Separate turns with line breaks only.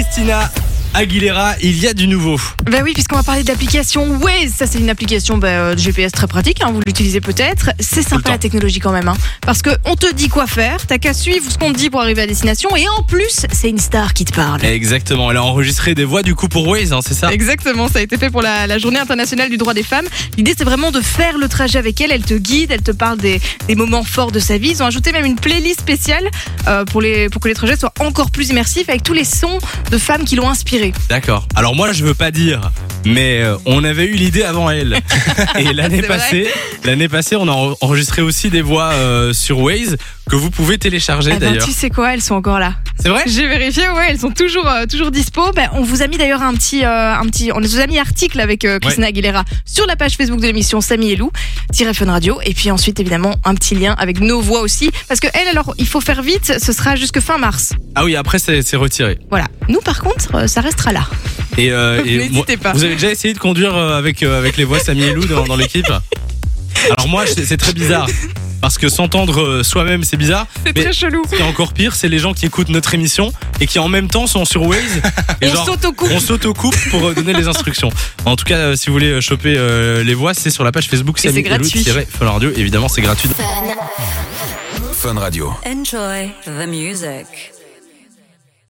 Christina Aguilera, il y a du nouveau.
Ben oui, puisqu'on va parler de l'application Waze. Ça, c'est une application ben, euh, de GPS très pratique. hein, vous l'utilisez peut-être. C'est
le temps.
sympa la technologie quand même. Hein, parce que on te dit quoi faire. T'as qu'à suivre ce qu'on te dit pour arriver à destination. Et en plus, c'est une star qui te parle.
Exactement, elle a enregistré des voix du coup pour Waze, hein, c'est ça
Exactement, ça a été fait pour la, la journée internationale du droit des femmes. L'idée, c'est vraiment de faire le trajet avec elle. Elle te guide, elle te parle des, des moments forts de sa vie. Ils ont ajouté même une playlist spéciale euh, pour, les, pour que les trajets soient encore plus immersifs avec tous les sons de femmes qui l'ont inspirée.
D'accord. Alors moi, je veux pas dire, mais euh, on avait eu l'idée avant elle. Et l'année
C'est vrai.
passée, l'année passée, on a en- enregistré aussi des voix euh, sur Waze que vous pouvez télécharger
Ah ben,
d'ailleurs.
tu sais quoi, elles sont encore là.
C'est vrai
J'ai vérifié, ouais, elles sont toujours, euh, toujours dispo. Ben, on vous a mis d'ailleurs un petit, euh, un petit, on vous a mis article avec euh, Christina Aguilera sur la page Facebook de l'émission Samy et Lou, tiret Fun Radio. Et puis ensuite, évidemment, un petit lien avec nos voix aussi. Parce que elle, alors, il faut faire vite, ce sera jusque fin mars.
Ah oui, après c'est c'est retiré.
Voilà. Nous, par contre, euh, ça restera là.
Et, euh, et
N'hésitez
moi-
pas.
Vous avez déjà essayé de conduire euh, avec euh, avec les voix Samy et Lou dans, dans l'équipe Alors moi, c'est c'est très bizarre. Parce que s'entendre euh, soi-même, c'est bizarre.
C'est
Mais- très
chelou.
Ce qui est encore pire, c'est les gens qui écoutent notre émission et qui en même temps sont sur Waze. Et
On
genre,
s'autocoupe.
On s'auto-coupe pour euh, donner les instructions. En tout cas, euh, si vous voulez euh, choper euh, les voix, c'est sur la page Facebook
Et c'est
Samy Elou
gratuit.
tiret Fun Radio. Évidemment, c'est gratuit.
Fun Radio.
Enjoy the music.